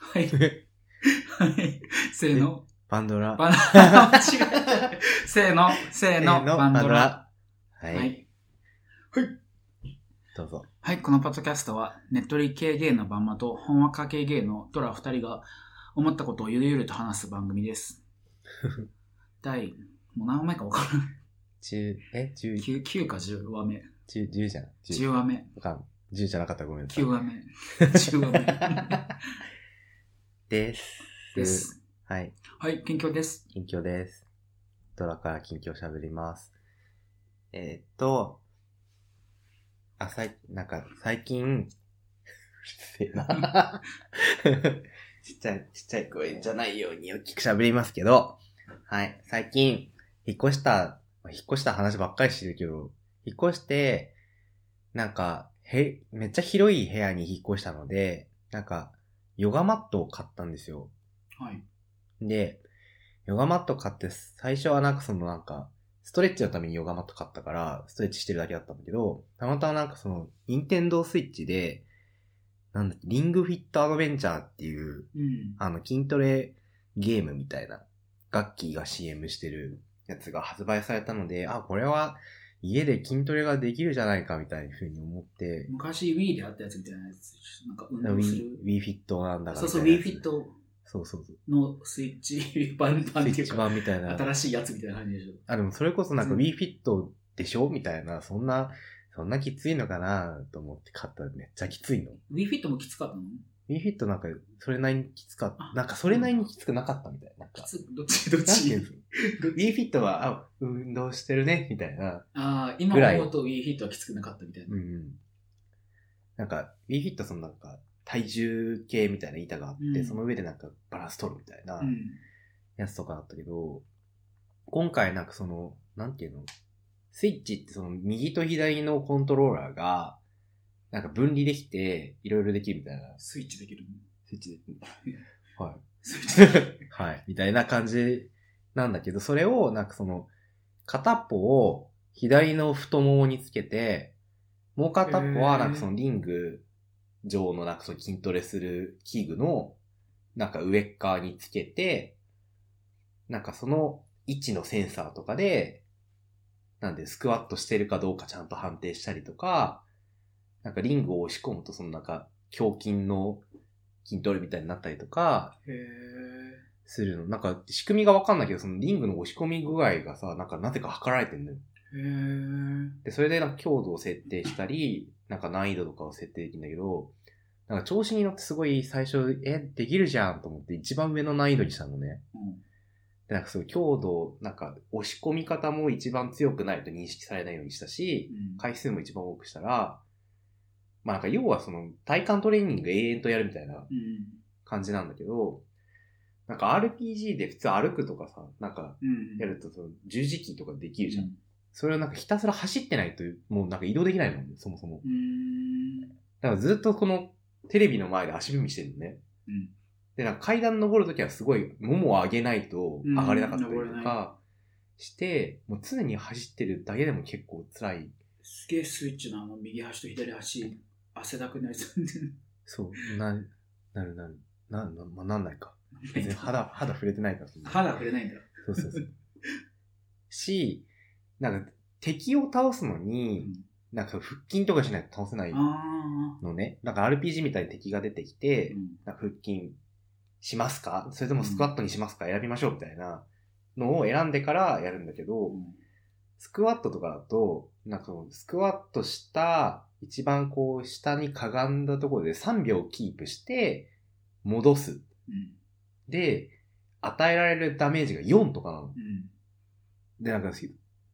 はい。はい。せーの。パンドラ。バナナ、 間違えた。せーの、せーの、バンドラ。。は。はいい。どうぞ。はい、このポッドキャストは、ねっとり系芸のバンマと、ほんわか系芸のドラ二人が思ったことをゆるゆると話す番組 です。第、もう何話目か分からない。 10、え ?10、 9, 9か10話目。 10、10じゃん。 10話目。あかん。10じゃなかったらごめんなさい9。話目。10話 目。 です。です。はい。はい、近況です。近況です。ドラから近況喋ります。えー、っと、あ、さい、なんか、最近、うるせえな。 ちっちゃい、ちっちゃい声じゃないように大きく喋りますけど、はい、最近、引っ越した、引っ越した話ばっかりしてるけど、引っ越して、なんか、へ、めっちゃ広い部屋に引っ越したので、なんか、ヨガマットを買ったんですよ。はい。で、ヨガマット買って、最初はなんかそのなんか、ストレッチのためにヨガマット買ったから、ストレッチしてるだけだったんだけど、たまたまなんかその、ニンテンドースイッチで、なんだっけリングフィットアドベンチャーっていう、うん。あの、筋トレゲームみたいな、楽器が CM してるやつが発売されたので、あ、これは家で筋トレができるじゃないかみたいな風に思って、昔 Wii であったやつみたいなやつ、なんか運 Wii 動する。 Fit なんだからそうそう、みたい Wii なやつ Fit そうそうそう。のスイッチ 版スイ版っていッうチか、版みたいな。新しいやつみたいな感じでしょ。あ、でもそれこそなんかうん WeFit でしょみたいな、そんな、そんなきついのかなと思って買ったらめっちゃきついの。 Wii Fit もきつかったの WeFit なんかそれなりにきつかっあた。なんかそれなりにきつくなかったみたいな。なんきか、つどっちどっなんていちうの ?WeFit は、あ、運動してるね、みたいな。ああ、今ぐらい思うと Wii Fit はきつくなかったみたいな。うんうん。なんか WeFit そのなんか体重計みたいな板があって、うんその上でなんかバランス取るみたいな。うん。やつとかだったけど、今回なんかその、なんていうのスイッチってその右と左のコントローラーが、なんか分離できて、いろいろできるみたいな。スイッチできるのスイッチで。はい。スイッチできる。はい。みたいな感じなんだけど、それを、なんかその、片っぽを左の太ももにつけて、もう片っぽは、へーなんかそのリング上の、なんかその筋トレする器具の、なんか上っ側につけて、なんかその位置のセンサーとかで、なんでスクワットしてるかどうかちゃんと判定したりとか、なんかリングを押し込むとそのなんか胸筋の筋トレみたいになったりとか、へするの。なんか、仕組みがわかんないけど、そのリングの押し込み具合がさ、なんかなぜか測られてんのよ。え。へえ。で、それでなんか強度を設定したり、なんか難易度とかを設定できるんだけど、なんか調子に乗ってすごい最初、え、できるじゃんと思って一番上の難易度にしたのね。うん。で、なんかそういう強度、なんか押し込み方も一番強くないと認識されないようにしたし、うん回数も一番多くしたら、まあなんか要はその体幹トレーニング永遠とやるみたいなうん。感じなんだけど、なんか RPG で普通歩くとかさ、なんかうん。やるとその十字キーとかできうるじゃん。ん。それをなんかひたすら走ってないと、もうなんか移動できないの、そもそも。うん。だからずっとこのテレビの前で足踏みしてるのね。うんで、なんか階段登るときはすごい、ももを上げないと上がれなかったりうんと登れかして、もう常に走ってるだけでも結構辛い。すげえスイッチのあの右端と左端、汗だくなり そう そう、な、なるなる。な、な、まあ、なんないか。別に肌、肌触れてないから。そんな肌触れないんだ。そうそうそう。し、なんか敵を倒すのうに、んなんか腹筋とかしないと倒せないああ。のね。なんか RPG みたいに敵が出てきて、うんなんか腹筋しますかそれともスクワットにしますか選びましょうみたいなのを選んでからやるんだけど、スクワットとかだと、なんかそのスクワットした、一番こう下にかがんだところで3秒キープして、戻す。うん。で、与えられるダメージが4とかなの。うん。で、なんか、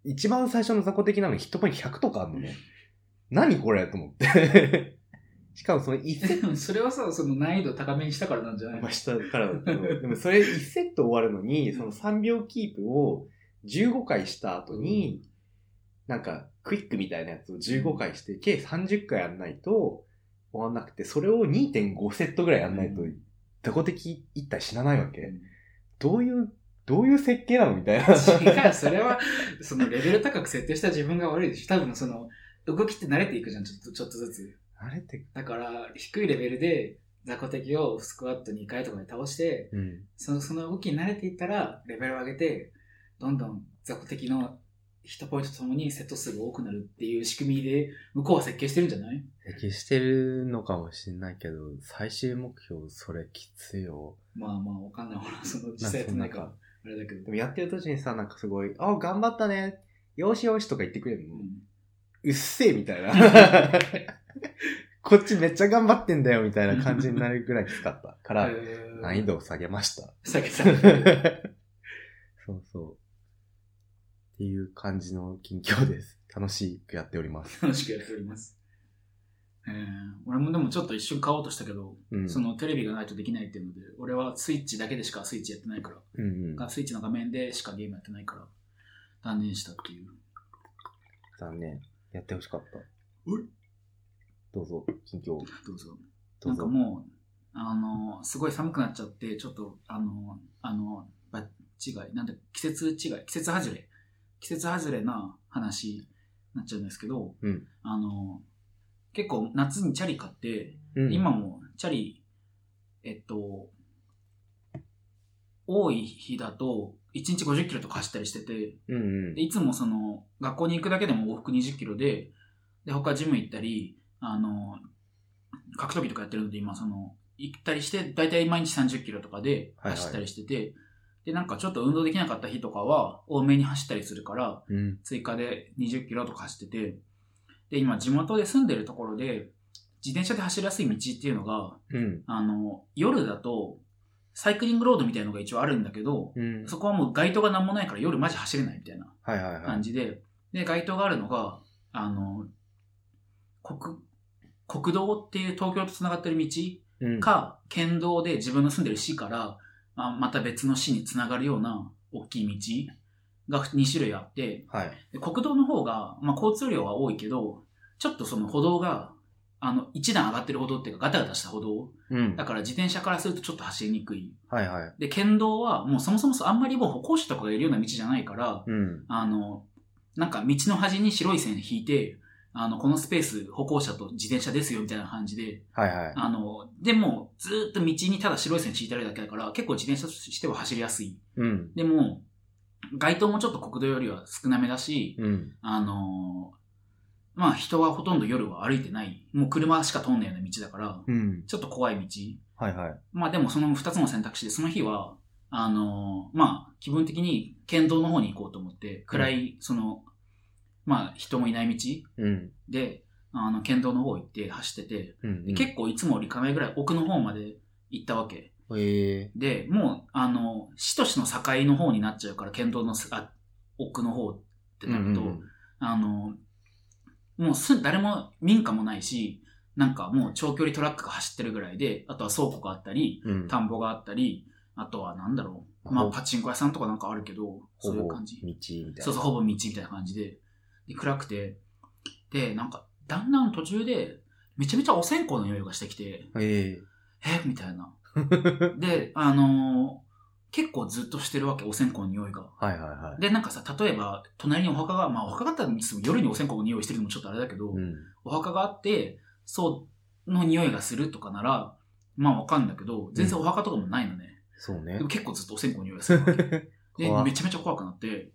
一番最初の雑魚的なのにヒットポイント100とかあるのね。何これと思って。 しかもその1セット でもそれはさ、その難易度高めにしたからなんじゃないまあ、下からだけど、でもそれ1セット終わるのに、その3秒キープを15回した後に、なんか、クイックみたいなやつを15回して、計30回やんないと終わんなくて、それを2.5セットぐらいやんないとうん、雑魚的一体死なないわけ。うんどういう、どういう設計なのみ たいな。違う、それは、そのレベル高く設定した自分が悪いでしょ。多分その、動きって慣れていくじゃん、ちょっとちょっとずつ。あれって、だから、低いレベルで雑魚敵をスクワット2回とかで倒して、うん。そのその動きに慣れていったら、レベルを上げて、どんどん雑魚敵のヒットポイントとともにセット数が多くなるっていう仕組みで、向こうは設計してるんじゃない適してるのかもしんないけど、最終目標、それきついよ。まあまあ、わかんない。ほら、その実際やってないから、あれだけでど。もやってる途中にさ、なんかすごい、あ、頑張ったね。よしよしとか言ってくれるの。ううっせえみ たいな。こっちめっちゃ頑張ってんだよみたいな感じになるぐらいきつかったかんら、えー難易度を下げました。 下げた。そうそう。っていう感じの近況です。楽しくやっておりま す。楽しくやっております。えー、俺もでもちょっと一瞬買おうとしたけど、うん。そのテレビがないとできないっていうので、俺はスイッチだけでしかスイッチやってないから、うんうん、スイッチの画面でしかゲームやってないから、断念したっていう。残念。やってほしかった。ういどうぞ、近況。どうぞ。どなうんかぞ。もう、あの、すごい寒くなっちゃって、ちょっと、あの、あの、ば違い、なんだ、季節違い、季節外れ、季節外れな話になっちゃうんですけど、うんあの、結構夏にチャリ買って、うん今、もチャリ、えっと、多い日だと、1日50キロとか走ったりしてて、うんうんで。いつもその、学校に行くだけでも往復20キロで、で、他ジム行ったり、あの、格闘技とかやってるので、今その、行ったりして、だいたい毎日30キロとかではいはい走ったりしてて、で、なんかちょっと運動できなかった日とかは、多めに走ったりするから、うん。追加で20キロとか走ってて、で、今地元で住んでるところで、自転車で走りやすい道っていうのが、うん。あの、夜だと、サイクリングロードみたいのが一応あるんだけど、うん。そこはもう街灯が何もないから夜マジ走れないみたいなはいはいは感い。じで、で、街灯があるのが、あの、国、国道っていう東京と繋がってる道うん、か、県道で自分の住んでる市から、まあ、また別の市に繋がるような大きい道が2種類あって、はい。で国道の方が、まあ、交通量は多いけど、ちょっとその歩道が、あの、一段上がってる歩道っていうか、ガタガタした歩道。うんだ。から自転車からするとちょっと走りにくい。はいはい。で、県道は、もうそもそもそうあんまりもう歩行者とかがいるような道じゃないから、うん。あの、なんか道の端に白い線引いて、あの、このスペース歩行者と自転車ですよみたいな感じで、はいはい。あの、でもずーっと道にただ白い線引いてあるだけだから、結構自転車としては走りやすい。うん。でも、街灯もちょっと国道よりは少なめだし、うん。あのーまあ人はほとんど夜は歩いてない。もう車しか通んないような道だから、うん。ちょっと怖い道。はいはい。まあでもその2つの選択肢で、その日は、あのーまあ気分的に県道の方に行こうと思って、暗い、その、まあ人もいない道うん。で、あの、県道の方行って走ってて、うん。で結構いつもよりかないぐらい奥の方まで行ったわけ。構。ええで、もう、あの、市と市の境の方になっちゃうから、県道のすあ奥の方ってなると、あの、もうす誰も民家もないし、なんかもう長距離トラックが走ってるぐらいで、あとは倉庫があったり、うん。田んぼがあったり、あとはなんだろう、まあまほあパチンコ屋さんとかなんかあるけど、ほそうぼいう感じ道。みたいな。そうそう、ほぼ道みたいな感じで。で、暗くて。で、なんか、だんだん途中で、めちゃめちゃお線香の匂いがしてきて、ええみたい な。えで、あのー結構ずっとしてるわけ、お線香の匂いが。はいはいはい。で、なんかさ、例えば、隣にお墓が、まあ、お墓があったんですよ。夜にお線香の匂いしてるのもちょっとあれだけど、うん。お墓があって、そう、の匂いがするとかなら、まあ、わかんだけど、全然お墓とかもないのね。そうねでも。結構ずっとお線香の匂いがする わけ。で、怖っめちゃめちゃ怖くなって、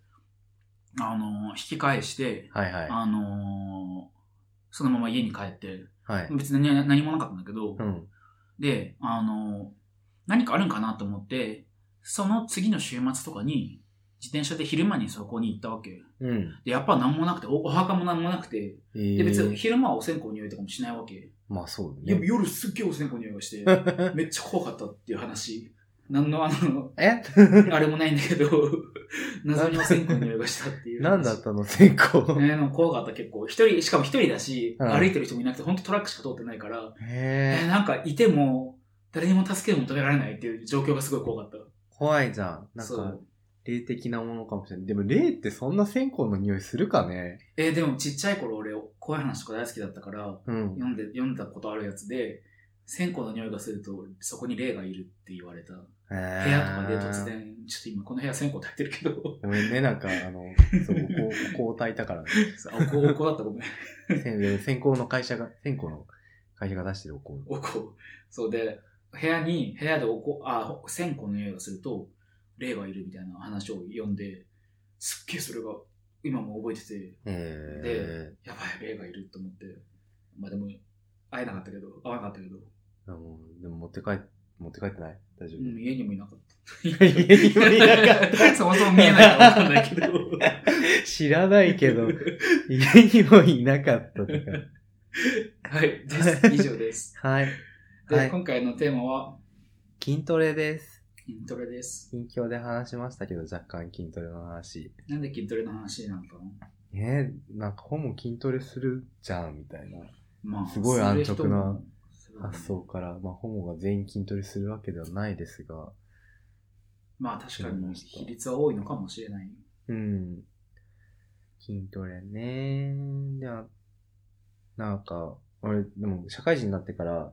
あのー引き返して、はいはい。あのーそのまま家に帰って、はい。別に何何もなかったんだけど、うん。で、あの、何かあるんかなと思って、その次の週末とかに、自転車で昼間にそこに行ったわけ。うん。で、やっぱ何もなくて、おお墓も何もなくて、えで、ー別に昼間はお線香の匂いとかもしないわけ。まあそうだ夜ね。夜すっげえお線香の匂いが して、めっちゃ怖かったっていう話。何のあ の、えあれもないんだけど、 謎にお線香の匂いがしたっていう話。何だったの先行。ね、でも怖かった結構。一人、しかも一人だし、うん歩いてる人もいなくて、ほんとトラックしか通ってないから、 えーへえ。なんかいても、誰にも助けを求められないっていう状況がすごい怖かっ怖いじゃん。た。なんそかう。、霊的なものかもしれない。でも霊ってそんな線香の匂いするかねえーでもちっちゃい頃俺、怖い話とか大好きだったから、うん。読んで、読んだことあるやつで、線香の匂いがすると、そこに霊がいるって言われた。部部屋とかで突。然、ちょっと今この部屋線香焚いてるけど、 ごめんね、なんか、あの、そう、こう、こう炊いたからね。あおこ、おこだったごめん。せん先行の会社が、先行の会社が出してるお 香。お香。そうで、部屋に、部屋でお香、あ、線香の匂いがすると、霊がいるみたいな話を読んで、すっげえそれが今も覚えてて、えで、やばい、霊がいると思って、まあでも、会えなかったけど、会わなかったけど、ー、もうでも持って帰っ、持って帰ってない大丈夫、うん家にもいなかった。家にもいなかった そもそも見えないからわかんないけ ど。知らないけど、家にもいなかったとか。はい、です。以上 です。はい。で、はい今回のテーマは、筋トレです。筋トレです。近況で話しましたけど、若干筋トレの話。なんで筋トレの話なのかなねえ、なんか本も筋トレするじゃん、みたいなまあ、すごい安直なする人も発想から、まあ本もが全員筋トレするわけではないですが、まあ確かに比率は多いのかもしれない。うん。筋トレね。では、なんか、俺、でも社会人になってから、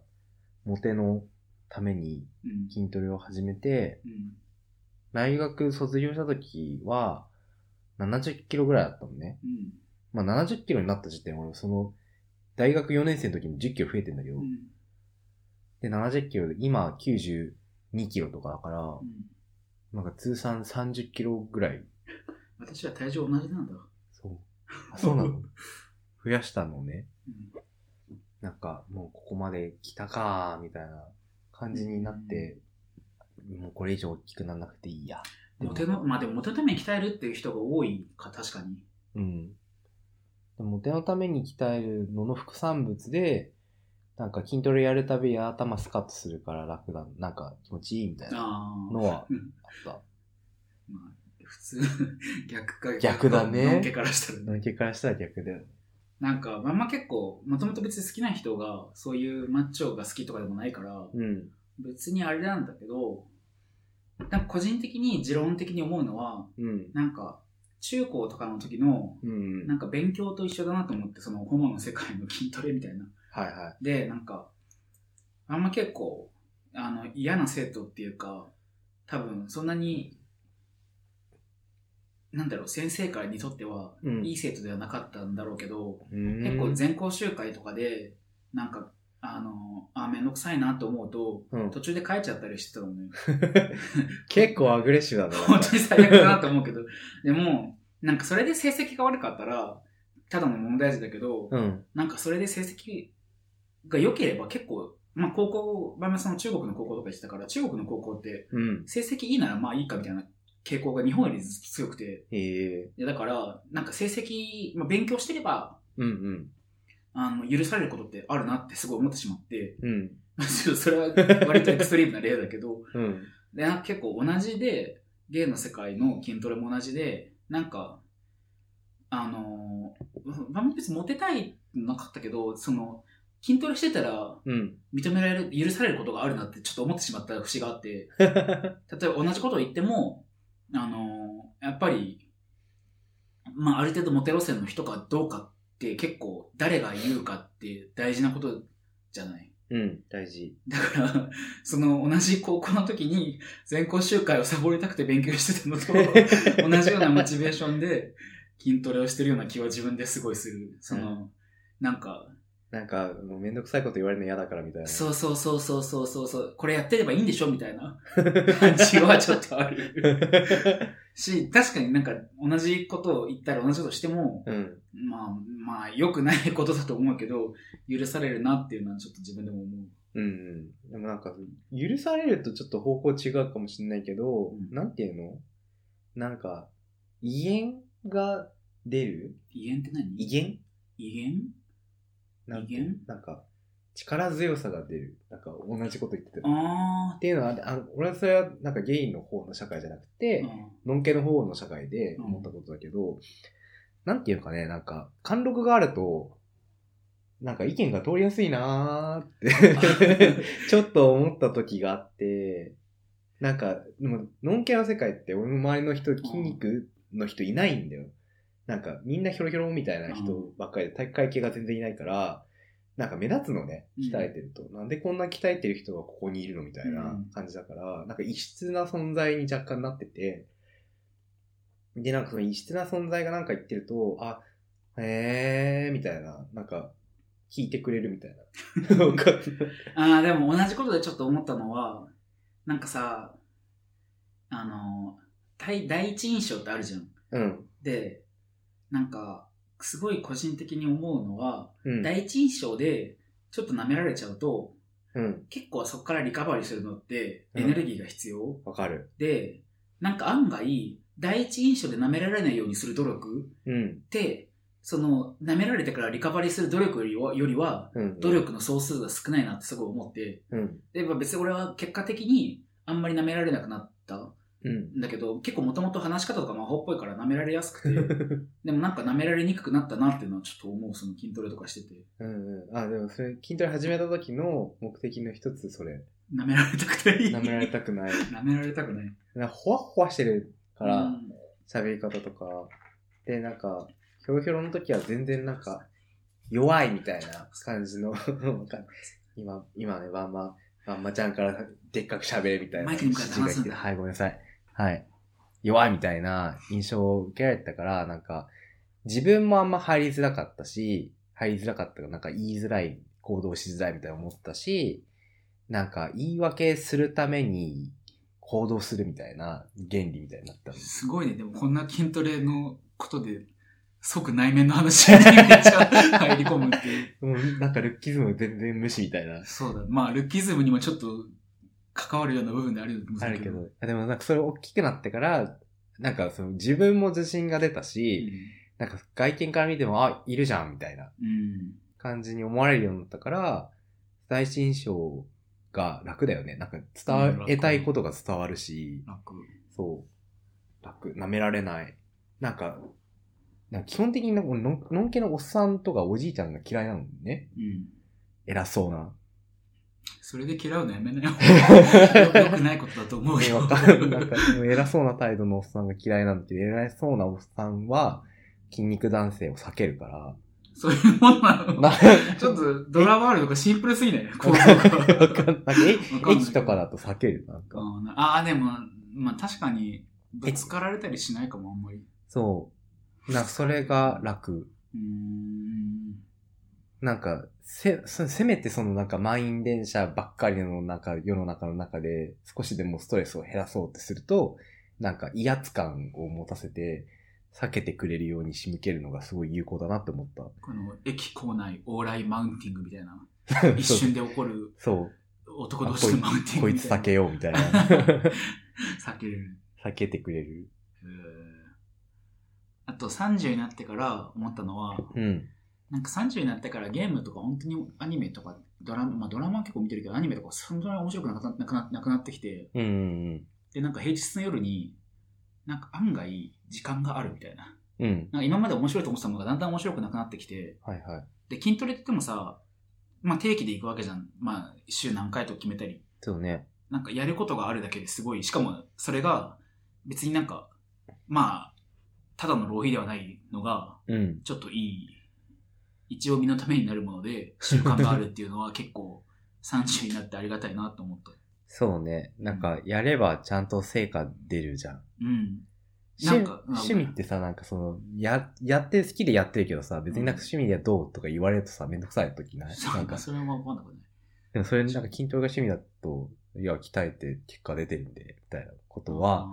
モテのためにうん。筋トレを始めて、うん。大学卒業した時は、70キロぐらいだったのね。うん。まあ70キロになった時点、俺、その、大学4年生の時に10キロ増えてんだけど、うん。で、70キロで、今92キロとかだから、うん。なんか通算30キロぐらい。私は体重同じなんだ。そう。 あ、そうなの増やしたのね。うん。なんか、もうここまで来たかー、みたいな感じになって、もうこれ以上大きくならなくていいや。モテの、まあでもモテのために鍛えるっていう人が多いか、確かに。うん。でも、手のために鍛えるのの副産物で、なんか筋トレやるたびに頭スカッとするから楽だ、なんか気持ちいいみたいなああ。のはうんあっまあ、普通、 逆か。逆だねのんけからしたらた。ね。のんけからしたら逆だよね。なんか、まんま結構、もともと別に好きな人が、そういうマッチョが好きとかでもないから、うん。別にあれなんだけど、なんか個人的に、持論的に思うのは、うん。なんか、中高とかの時の、うん。なんか勉強と一緒だなと思って、そのホモの世界の筋トレみたいな。はいはい。で、なんか、あんま結構、あの、嫌な生徒っていうか、多分、そんなに、なんだろう、先生からにとっては、うんいい生徒ではなかったんだろうけど、結結構全校集会とかで、なんか、あの、あ、めんどくさいなと思うと、うん途中で帰っちゃったりしてたのね。結構アグレッシブだね。本当に最悪だなと思うけど、でも、なんかそれで成績が悪かったら、ただの問題児だけど、うん。なんかそれで成績が良ければ結構、まあ高校、まあその中国の高校とか行ってたから、中国の高校ってうん。成績いいならまあいいかみたいな傾向が日本より強くて、へえ。いやだから、なんか成績、まあ勉強してれば、うんうん。あの、許されることってあるなってすごい思ってしまって、 うん。ちょっとそれは割とエクストリームな例だけど、うん。でなんか結構同じで、芸の世界の筋トレも同じで、なんか、あのー、まあ別にモテたいのなかったけど、その、筋トレしてたらうん。認められる、許されることがあるなってちょっと思ってしまった節があって、例えば同じことを言っても、あのーやっぱり、まあある程度モテ路線の人かどうかって結構誰が言うかって大事なことじゃないうん。大事。だから、その同じ高校の時に全校集会をサボりたくて勉強してたの と、同じようなモチベーションで筋トレをしてるような気は自分ですごいする。その、なんか、なんか、もうめんどくさいこと言われるの嫌だからみたいな。そうそうそうそうそうそうそう、これやってればいいんでしょみたいな感じはちょっとあ る。し、確かになんか同じことを言ったら同じことしても、うん。まあまあ良くないことだと思うけど、許されるなっていうのはちょっと自分でも思う。うんうん。でもなんか、許されるとちょっと方向違うかもしれないけど、うんなんていうのなんか、威厳が出る威厳って何威厳威厳なんて威厳なんか、力強さが出る。なんか、同じこと言ってた。っあていうのは、あ俺はそれはなんかゲイの方の社会じゃなくて、ーうんのんけの方の社会で思ったことだけど、なんていうかね、なんか、貫禄があると、なんか意見が通りやすいなー って、ちょっと思った時があって、なんか、でも、のんけの世界って俺の周りの人、筋肉の人いないんだよ。なんか、みんなひょろひょろみたいな人ばっかりで、体育会系が全然いないから、なんか目立つのね、うん鍛えてると。なんでこんな鍛えてる人がここにいるのみたいな感じだから、なんか異質な存在に若干なってて、で、なんかその異質な存在がなんか言ってると、あ、へえー、みたいな、なんか、聞いてくれるみたい な。わかんないああ、でも同じことでちょっと思ったのは、なんかさ、あの、第第一印象ってあるじゃん。うん。で、なんか、すごい個人的に思うのは、うん。第一印象でちょっと舐められちゃうと、うん。結構そこからリカバリーするのってうんエネルギーが必要、わかる。で、なんか案外、第一印象で舐められないようにする努力うんっ。て、その、舐められてからリカバリーする努力よりは、よりはうん。努力の総数が少ないなってすごい思って、うん。で、まあ別に俺は結果的にあんまり舐められなくなったんうん。だけど、結構もともと話し方とか魔法っぽいから舐められやすくて、 でもなんか舐められにくくなったなっていうのはちょっと思う、その筋トレとかしてて、うんうん。あ、でもそれ、筋トレ始めた時の目的の一つ、それ。舐められたくない。舐められたくない。舐められたくない。なんかほわほわしてるかうら、ん喋り方とか。で、なんか、ひょろひょろの時は全然なんか、弱いみたいな感じの、 なんか今、今ね、まんま、まんまちゃんからでっかく喋れみたいな。マイクに向かって話すんだ指示が来てはい、ごめんなさい。はい。弱いみたいな印象を受けられてたから、なんか、自分もあんま入りづらかったし、入りづらかったから、なんか言いづらい、行動しづらいみたいな思ったし、なんか言い訳するために行動するみたいな原理みたいになったの。すごいね。でもこんな筋トレのことで、即内面の話にめっちゃ入り込むって いう。もうなんかルッキズム全然無視みたいな。そうだ。まあ、ルッキズムにもちょっと関わるような部分であると思うんあるけど。でもなんかそれ大きくなってから、なんかその自分も自信が出たし、なんか外見から見ても、あ、いるじゃんみたいなうん。感じに思われるようになったから、第一印象が楽だよね。なんか伝えたいことが伝わるし、楽。そう。楽。舐められない。なんか、なんか基本的になんかのん、のんけのおっさんとかおじいちゃんが嫌いなのね。うん。偉そうな。それで嫌うのやめな よ。よくないことだと思うねよ。わかる。なんか、偉そうな態度のおっさんが嫌いなんて、偉そうなおっさんは、筋肉男性を避けるから。そういうものなの。なちょっとドラマあるとかシンプルすぎない 構造わかがんわかんない。えない駅とかだと避ける。なんか。うんああ、でも、まあ確かに、ぶつかられたりしないかも、あんまり。そう。なんか、それが楽。うーん。なんか、せ、そせめてそのなんか満員電車ばっかりのなんか世の中の中で少しでもストレスを減らそうってすると、なんか威圧感を持たせて避けてくれるように仕向けるのがすごい有効だなって思った。この駅構内往来マウンティングみたいな。そう一瞬で起こる そう。男同士のマウンティングこいみつたいな。避けようみたいな。避けれる。 避けてくれる。うーあと30になってから思ったのは、うん。なんか30になってからゲームとか本当にアニメとかドラマ、まあドラマは結構見てるけど、アニメとかそんなに面白くなくななくななくなってきて、うんうんで、なんか平日の夜に、なんか案外時間があるみたいな。うん。うん。なんか今まで面白いと思ってたものがだんだん面白くなくなってきて、はいはい。で、筋トレって言ってもさ、まあ定期で行くわけじゃん。まあ週何回と決めたり。そうね。なんかやることがあるだけですごい、しかもそれが別になんか、まあ、ただの浪費ではないのが、うん。ちょっといい、一応身のためになるもので、習慣があるっていうのは結構30になってありがたいなと思った。 そうね。なんか、やればちゃんと成果出るじゃん。うん。な趣ん味か趣味ってさ、なんかその、や、やって好きでやってるけどさ、別になんか趣味ではどうとか言われるとさ、めんどくさい時ないそうなんか、それは分かんなくない。でもそれなんか筋トレが趣味だと、いや、鍛えて結果出てるんで、みたいなことあーは、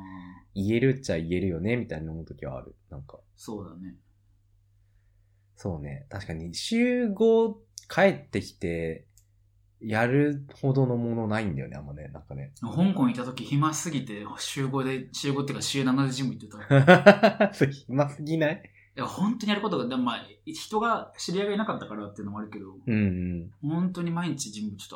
言えるっちゃ言えるよね、みたいな思う時はある。なんか、そうだね。そうね。確かに、週5帰ってきて、やるほどのものないんだよね、あんまね。なんかね。香港行った時暇すぎて、週5で、週5っていうか週7でジム行ってた。 それ暇すぎないいや、本当にやることが、でもまあ、人が知り合いがいなかったからっていうのもあるけど、うんうん。本当に毎日ジム行ってた。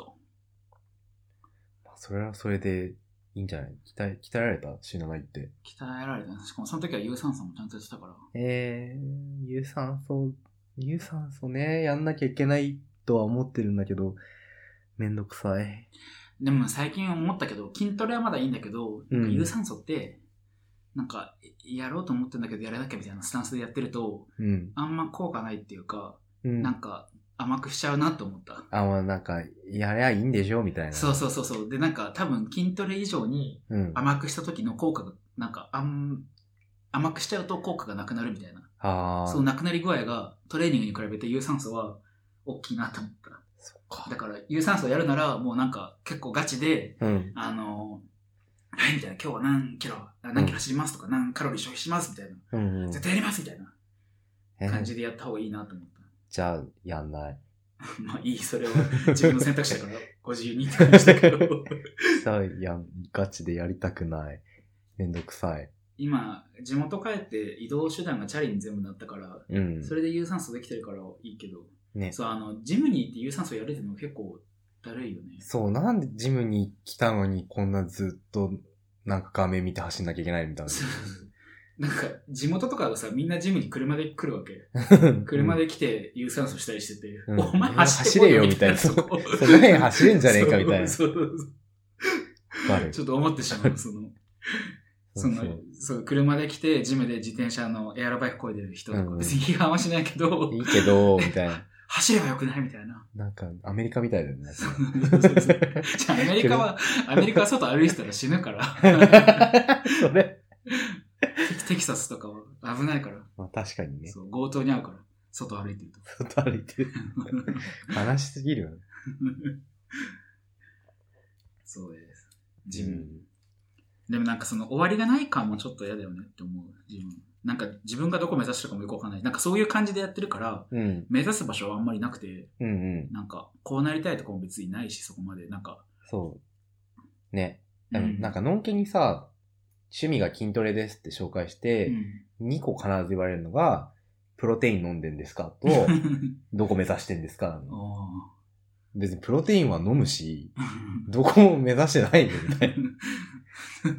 まあそれはそれで、いいんじゃない鍛え、鍛えられた週7行って。鍛えられたねしかもその時は有酸素もちゃんとやってたから。えー、有酸素、有酸素ね、やんなきゃいけないとは思ってるんだけど、めんどくさい。でも最近思ったけど、筋トレはまだいいんだけど、なんか有酸素って、なんか、やろうと思ってんだけどやらなきゃみたいなスタンスでやってると、うん。あんま効果ないっていうか、うん。なんか甘くしちゃうなと思った。あ、まあなんか、やりゃいいんでしょみたいな。そうそうそうそう。で、なんか多分筋トレ以上にう。うん。あ甘くした時の効果が、なんかあん、甘くしちゃうと効果がなくなるみたいな。あー。そのなくなり具合がトレーニングに比べて有酸素は大きいなと思ったら。そっかだ。から、有酸素やるなら、もうなんか結構ガチで、うん。あの、はい、みたいな、今日は何キロ、あ何キロ走りますとか、何カロリー消費しますみたいな、うん、うん絶。対やりますみたいなえ感じでやった方がいいなと思った。じゃあ、やんない。まあいい、それは自分の選択肢だから、ご自由にって感じだけど、じゃあ、やん、ガチでやりたくない。めんどくさい。今、地元帰って移動手段がチャリに全部なったから、うん。それで有酸素できてるからいいけど、ね。そう、あの、ジムに行って有酸素やるってのは結構だるいよね。そう、なんでジムに来たのにこんなずっと、なんか画面見て走んなきゃいけないみたいな。 なんか、地元とかがさ、みんなジムに車で来るわけ。 車で来て有酸素したりしてて、うんお前走ってこい走れよみたいなそこそこへ走れんじゃねえかみたいなそうそうそうわかるちょっと思ってしまう、その、その、そう車で来て、ジムで自転車のエアロバイクこいでる人とか、うん別に批判はしないけど、いいけど、みたいな。走ればよくないみたいな。なんか、アメリカみたいだよ ね。そうそうそうじゃあ、アメリカは、アメリカは外歩いてたら死ぬから。それ。テキサスとかは危ないから。まあ確かにね。そう強盗に遭うから、外歩いてると。外歩いてる。悲しすぎるよね。そうです。ジム。でもなんかその終わりがない感もちょっと嫌だよねって思う、自分。なんか自分がどこ目指してるかもよくわかんない。なんかそういう感じでやってるから、うん。うん。目指す場所はあんまりなくて、うんうん。なんかこうなりたいとかも別にないし、そこまで。なんか、そう。ね。でうもなんか、のんけにさ、趣味が筋トレですって紹介しうて、 ん2個必ず言われるのが、プロテイン飲んでんですか と、どこ目指してんですかなのお別にプロテインは飲むし、ーどこも目指してないよ みたいな。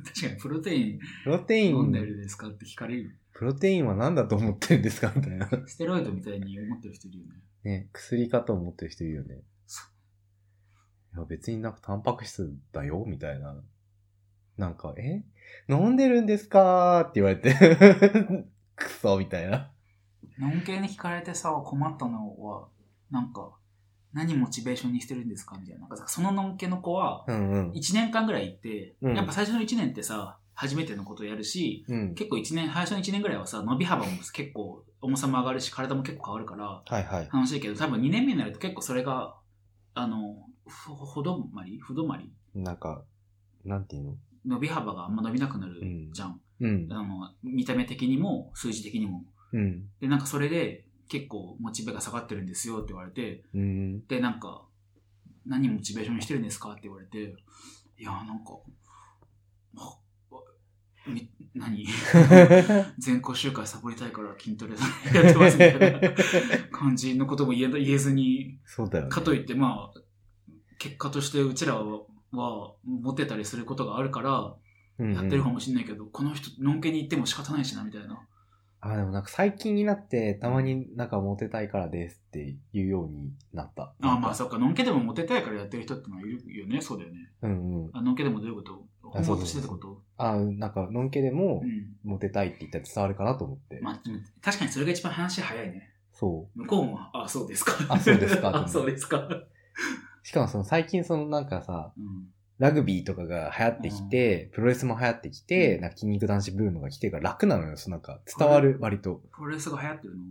確かにプロテインプロテイ飲んでン、るですかって聞かれるよ。プロテインは何だと思ってるんですかみたいな。ステロイドみたいに思ってる人いるよね。ね、薬かと思ってる人いるよね。そいや、別になんかタンパク質だよみたいな。なんか、え飲んでるんですかーって言われて。 くそみたいな。ノン系に聞かれてさ、困ったのは、なんか、何モチベーションにしてるんですかみたいな。なんかそのノン系の子は、うんうん。 1年間ぐらい行って、うんやっぱ最初の1年ってさ、初めてのことやるし、うん。結構1年、最初の1年ぐらいはさ、伸び幅も結構重さも上がるし、体も結構変わるから、はいはい。楽しいけど、多分2年目になると結構それが、あの、ふほどまり不止まりなんか、なんていうの伸び幅があんま伸びなくなるうんじゃん。うん。あの見た目的にも、数字的にも。うん。で、なんかそれで、結構モチベが下がってるんですよって言われて、うん。で、なんか、何モチベーションにしてるんですかって言われて、いや、なんか、あみ何 全校集会サボりたいから筋トレやってますみたいな感じのことも言え言えずに、そうだよね。かといって、まあ、結果としてうちらは、はモテたりすることがあるからやってるかも。もしれないけど、この人のんけに行っても仕方ないしなみたいなあ、でもなんか最近になって、たまになんかモテたいからですって言うようになった。あまあそそっかのんけでもモテたいからやってる人ってのはいるよねそうだよねうんうん。あのんけでもどういうことあ本そうそとうそうしてってことあ、なんか、のんけでもう、んモテたいって言ったら伝わるかなと思って。まあ、でも確かにそれが一番話早いね。そう。向こうも、あ、そうですか。あそうですか あ、そうですか。うしかもその最近そのなんかさ、ん。ラグビーとかが流行ってきて、プロレスも流行ってきて、うんなんか筋肉男子ブームが来てから楽なのよ、そのなんか伝わる、割と。プロレスが流行ってるの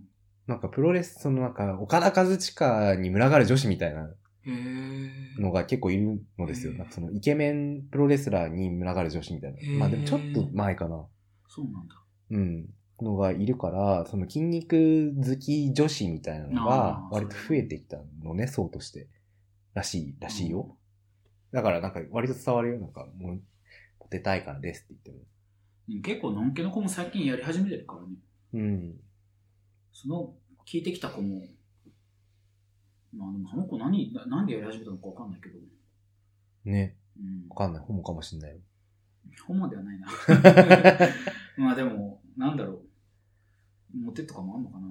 なんかプロレス、そのなんか岡田和親に群がる女子みたいなへえ。のが結構いるのですよ。うんなんかそのイケメンプロレスラーに群がる女子みたいなへ。ーまあでもちょっと前かな。そうなんだ。うん。のがいるから、その筋肉好き女子みたいなのがあー割と増えてきたのね、層として。らしい、らしいよ。だからなんか割と伝わるよ。なんかもう、モテたいからですって言っても。うん。結構、のんけの子も最近やり始めてるからね。うん。その、聞いてきた子も、まあでもその子何、ななんでやり始めたのかわかんないけど。ね。うんわ。かんない。ホモかもしんないよ。ホモでは ないな。まあでも、なんだろう。モテとかもあんのかな。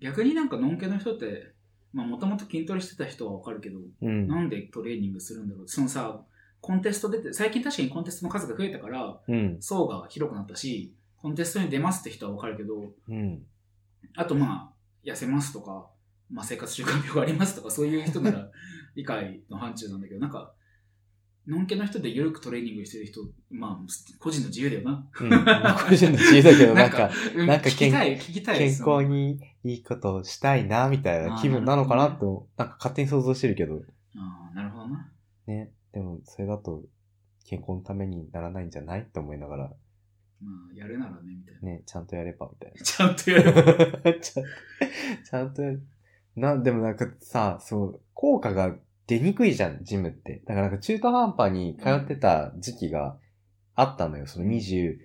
逆になんか、のんけの人って、まあもともと筋トレしてた人はわかるけど、うん。なんでトレーニングするんだろうそのさ、コンテスト出て、最近確かにコンテストの数が増えたから、うん。層が広くなったし、コンテストに出ますって人はわかるけど、うん。あとまあ、痩せますとか、まあ生活習慣病がありますとか、そういう人なら理解の範疇なんだけど、なんか、のんけの人で緩くトレーニングしてる人、まあ、個人の自由だよな。 うん。個人の自由だけど、なんか、、うなんか聞きたい、聞きたい健です康にいいことをしたいな、みたいな気分なのかなって、なんか勝手に想像してるけど。ああ、なるほどな。ね。でも、それだと、健康のためにならないんじゃないと思いながら、まあ、やるならね、みたいな。ね、ちゃんとやれば、みたいな。 ちゃんとやる。ちゃんちゃんと、な、でもなんかさ、そう、効果が出にくいじゃん、ジムって。だからなんか中途半端に通ってた時期があったのよ。その22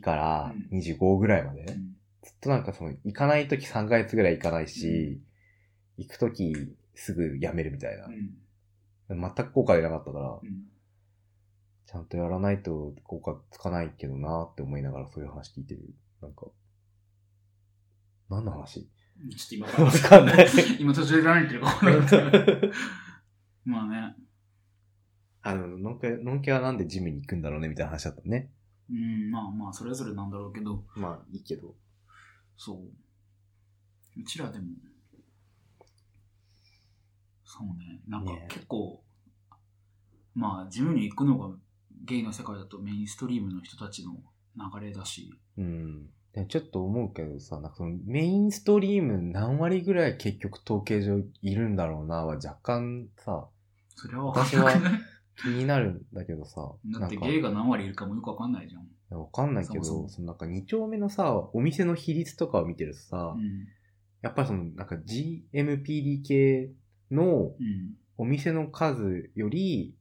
から25ぐらいまで。うずっんとなんかその、行かない時3ヶ月ぐらい行かないし、行く時すぐ辞めるみたいなう。ん。全く効果出なかったからう、ん。ちゃんとやらないと効果つかないけどなって思いながらそういう話聞いてる。なんか、何の 話ちょっと今わかんない。 今途中で何言ってるか分からなかった。 まあね。あの、のんけ、のんけはなんでジムに行くんだろうねみたいな話だったね。うん、まあまあ、それぞれなんだろうけど、まあ、いいけど。そう。うちらでも、そうね。なんかね結構、まあ、ジムに行くのがゲイの世界だとメインストリームの人たちの流れだし、うん。でもちょっと思うけどさ、なんかそのメインストリーム何割ぐらい結局統計上いるんだろうなは若干さ、それは分かん なくない気になるんだけどさ、だなっんてか、ゲイが何割いるかもよく分かんないじゃん。わかんないけど、そもそもそのなんか2丁目のさ、お店の比率とかを見てるとさ、うん。やっぱりそのなんか GMPD 系のうん。お店の数より、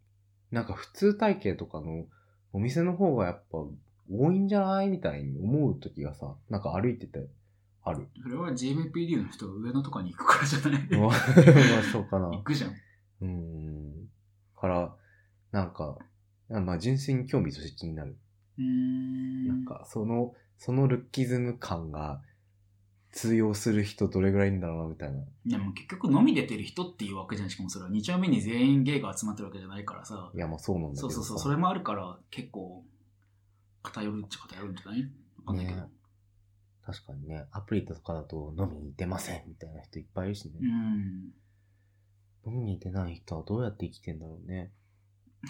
なんか普通体系とかのお店の方がやっぱ多いんじゃないみたいに思う時がさ、なんか歩いててある。それは JMPD の人が上のとかに行くからじゃ ないまあそうか行な。くじゃん。うん。から、なんか、まあ純粋に興味として気になる。うん。なんか、その、そのルッキズム感が通用する人どれぐらいいるんだろうな、みたいな。でも結局飲み出てる人っていうわけじゃんしかもそれは2丁目に全員ゲイが集まってるわけじゃないからさいや、まあそうなんだけそどうさ。そうそうそれもあるから結構偏るっちゃ偏るんじゃないわかんないけど、ね確かにね、アプリとかだと飲みに行ってませんみたいな人いっぱいいるしね。飲みに出ない人はどうやって生きてんだろうね。うん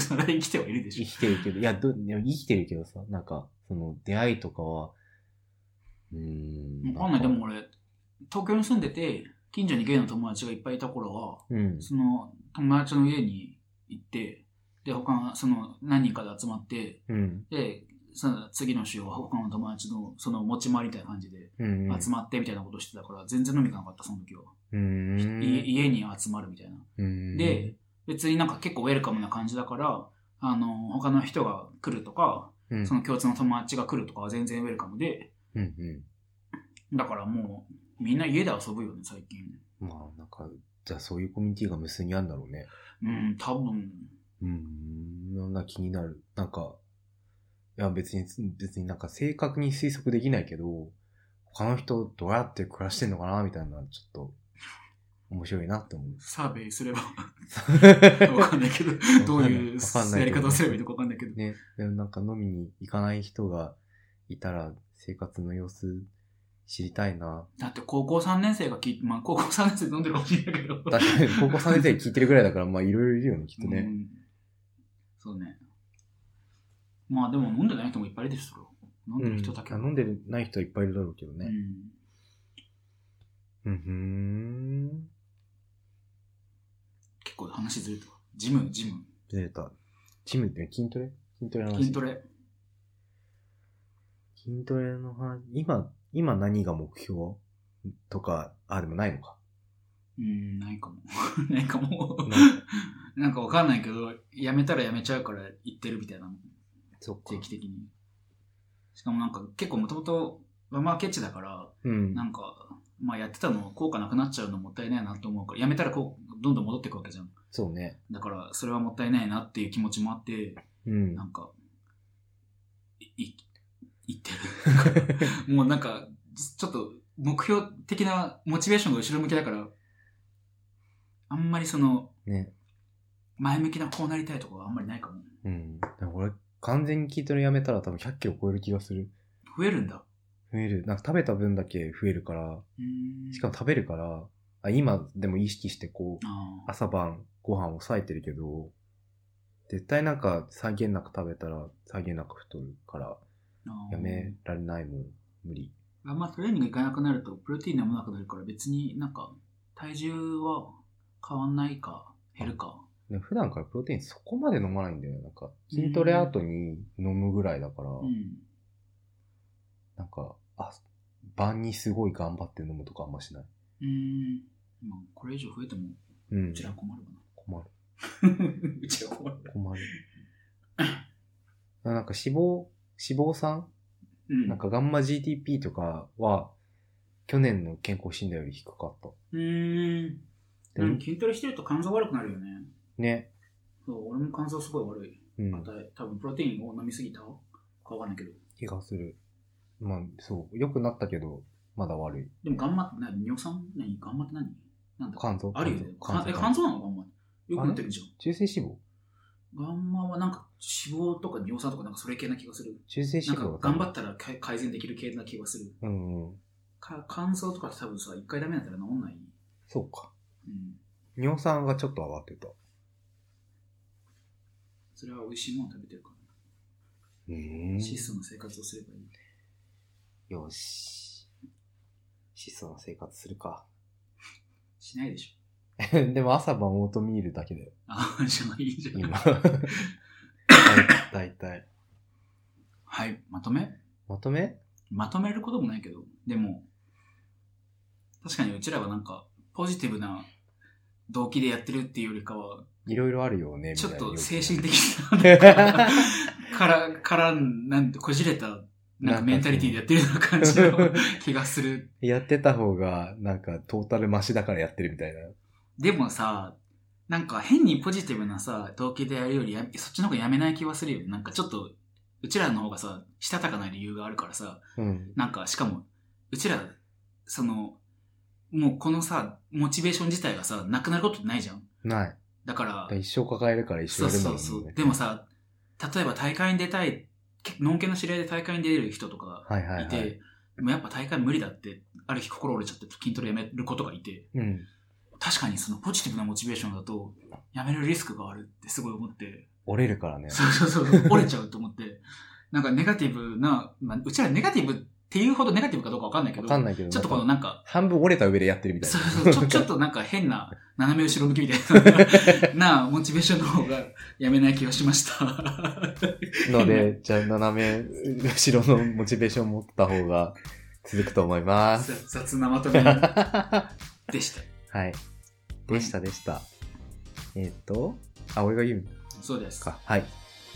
それは生きてはいるで生しきてるけど、いや、どでも生きてるけどさ、なんか、その出会いとかは、うーん。ょわかんないでかも。俺東京に住んでて近所にゲイの友達がいっぱいいた頃はうん。その友達の家に行ってで他のその何人かで集まってうん。でその次の週は他の友達のその持ち回りみたいな感じでうん。集まってみたいなことしてたから、全然飲み行かなかった、その時は。うーん。い家に集まるみたいな。うんで、、別になんか結構ウェルカムな感じだから、あの、他の人が来るとか、うん、その共通の友達が来るとかは全然ウェルカムで、うんうだからもう、みんな家で遊ぶよね、最近。ん。まあ、なんか、じゃあそういうコミュニティが無数にあるんだろうね。うん、多分、うーん。なんか気になる。なんか、いや別に、別になんか正確に推測できないけど、他の人どうやって暮らしてんのかなみたいな、ちょっと、面白いな って思う。サーベイすればわかんないけ ど、どういうわかんないやり方をすればいいのかわかんないけど。ね、でもなんか飲みに行かない人がいたら生活の様子知りたいな。だって高校3年生が聞いて、まあ高校3年生で飲んでるかもしれないけど。 確かに高校3年生聞いてるぐらいだから、まあいろいろいるよね、きっとうね。ん、そうね。まあでも飲んでない人もいっぱいいるでしょ。飲んでる人だけは。うん飲んでない人はいっぱいいるだろうけどうね。ん。うんふーん。結構話ずれたわ。ジム、ジム。ずれた。ジムって筋トレ筋トレの話。筋トレ。筋トレの話。今、今何が目標とか、あ、でもないのか。うん、ないかも。 ないかも。なんかなんかわかんないけど、やめたらやめちゃうから行ってるみたいな、そっか定。期的に。しかもなんか結構もともと、まあケチだから、うん。なんか、まあやってたの効果なくなっちゃうのもったいないなと思うから、やめたらこう、どんどん戻っていくわけじゃん。そうね。だから、それはもったいないなっていう気持ちもあって、うんな。んか、い、い言って る。もうなんか、ちょっと目標的なモチベーションが後ろ向きだから、あんまりその、ね。前向きなこうなりたいとかはあんまりないかも。うん。でも俺、完全に筋トレやめたら多分100キロ超える気がする。増えるんだ。増える。なんか食べた分だけ増えるから、うーんしかも食べるから、あ今でも意識してこう、ああ朝晩ご飯を抑えてるけど、絶対なんか、際限なく食べたら、際限なく太るから、あーやめられないもん、無理。あんまトレーニング行かなくなると、プロテイン飲まなくなるから、別になんか、体重は変わんないか、減るか。ね普段からプロテインそこまで飲まないんだよね。なんか、筋トレ後に飲むぐらいだから、うん。なんか、あ、晩にすごい頑張って飲むとかあんましない。うん。まあ、これ以上増えても、うんう。ちら困るか困る。な。 うちら困る。困る。なんか脂肪、脂肪酸うん。なんかガンマ GTP とかは、去年の健康診断より低かった。うーん。ででもも筋トレしてると肝臓悪くなるよね。ね。そう、俺も肝臓すごい悪い。うんま。た、多分プロテインを飲みすぎたかわかんないけど。気がする。まあ、そう。良くなったけど、まだ悪い。でも、頑張って何尿酸何頑張って何なんだ肝臓あるよね。肝肝臓え肝臓なの頑張って。よくなってるじゃん。中性脂肪ガンマはなんか脂肪とか尿酸とかなんかそれ系な気がする。中性な脂んか肪頑張ったらか改善できる系な気がする。た。うんうん。か乾燥とか多分さ、一回ダメだったら治んない。そうか。うん。尿酸がちょっと上がってた。それは美味しいもの食べてるから。うん質素な生活をすればいい。よし。質素な生活するか。 しないでしょ。でも朝晩オートミールだけだよ。ああ、じゃあいいじゃん。今。 だいたい。はい、まとめまとめまとめることもないけど、でも、確かにうちらはなんか、ポジティブな動機でやってるっていうよりかは、いろいろあるよね、みちょたいっな。と精神的 な、から、から、なんて、こじれた、なんかメンタリティでやってるような感じの 気がする。やってた方が、なんか、トータルマシだからやってるみたいな。でもさ、なんか変にポジティブなさ、動機でやるよりや、そっちの方がやめない気はするよね。なんかちょっと、うちらの方がさ、したたかな理由があるからさ、うん。なんか、しかも、うちら、その、もうこのさ、モチベーション自体がさ、なくなることってないじゃん。ない。だかだからら、一生抱えるから一生そやうるんだそもうんね。そう。でもさ、例えば大会に出たい、けノンケの知り合いで大会に出れる人とかはいはいいて、いはい。もうやっぱ大会無理だって、ある日心折れちゃって筋トレやめることがいて、うん。確かにそのポジティブなモチベーションだと、やめるリスクがあるってすごい思って、折れるからね。そうそうそう、折れちゃうと思って、なんかネガティブな、まあ、うちらネガティブっていうほどネガティブかどうかわかんないけわど、かんないけど。ちょっとこのなんかなんか、半分折れた上でやってるみたいそな。うそうちょ、ちょっとなんか変な、斜め後ろ向きみたいな、なモチベーションの方がやめない気がしました。ので、 じゃあ斜め後ろのモチベーション持った方が続くと思います。 雑なまとめはでした。い。でしたでした。えっ、と、あ、俺が言うんそうです。か。はい。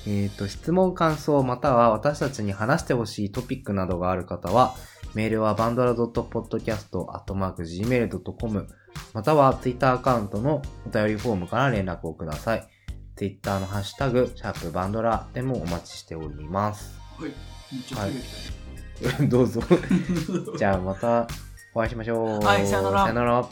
えっ、と、質問、感想、または私たちに話してほしいトピックなどがある方は、メールはバンドラ .podcast.gmail.com または Twitter アカウントのお便りフォームから連絡をください。Twitter のハッシュタグ、シャープバンドラでもお待ちしております。はい。めっちゃすぐ来 どうぞ。たねじゃあまたお会いしましょう。はいさよならさよなら。バイ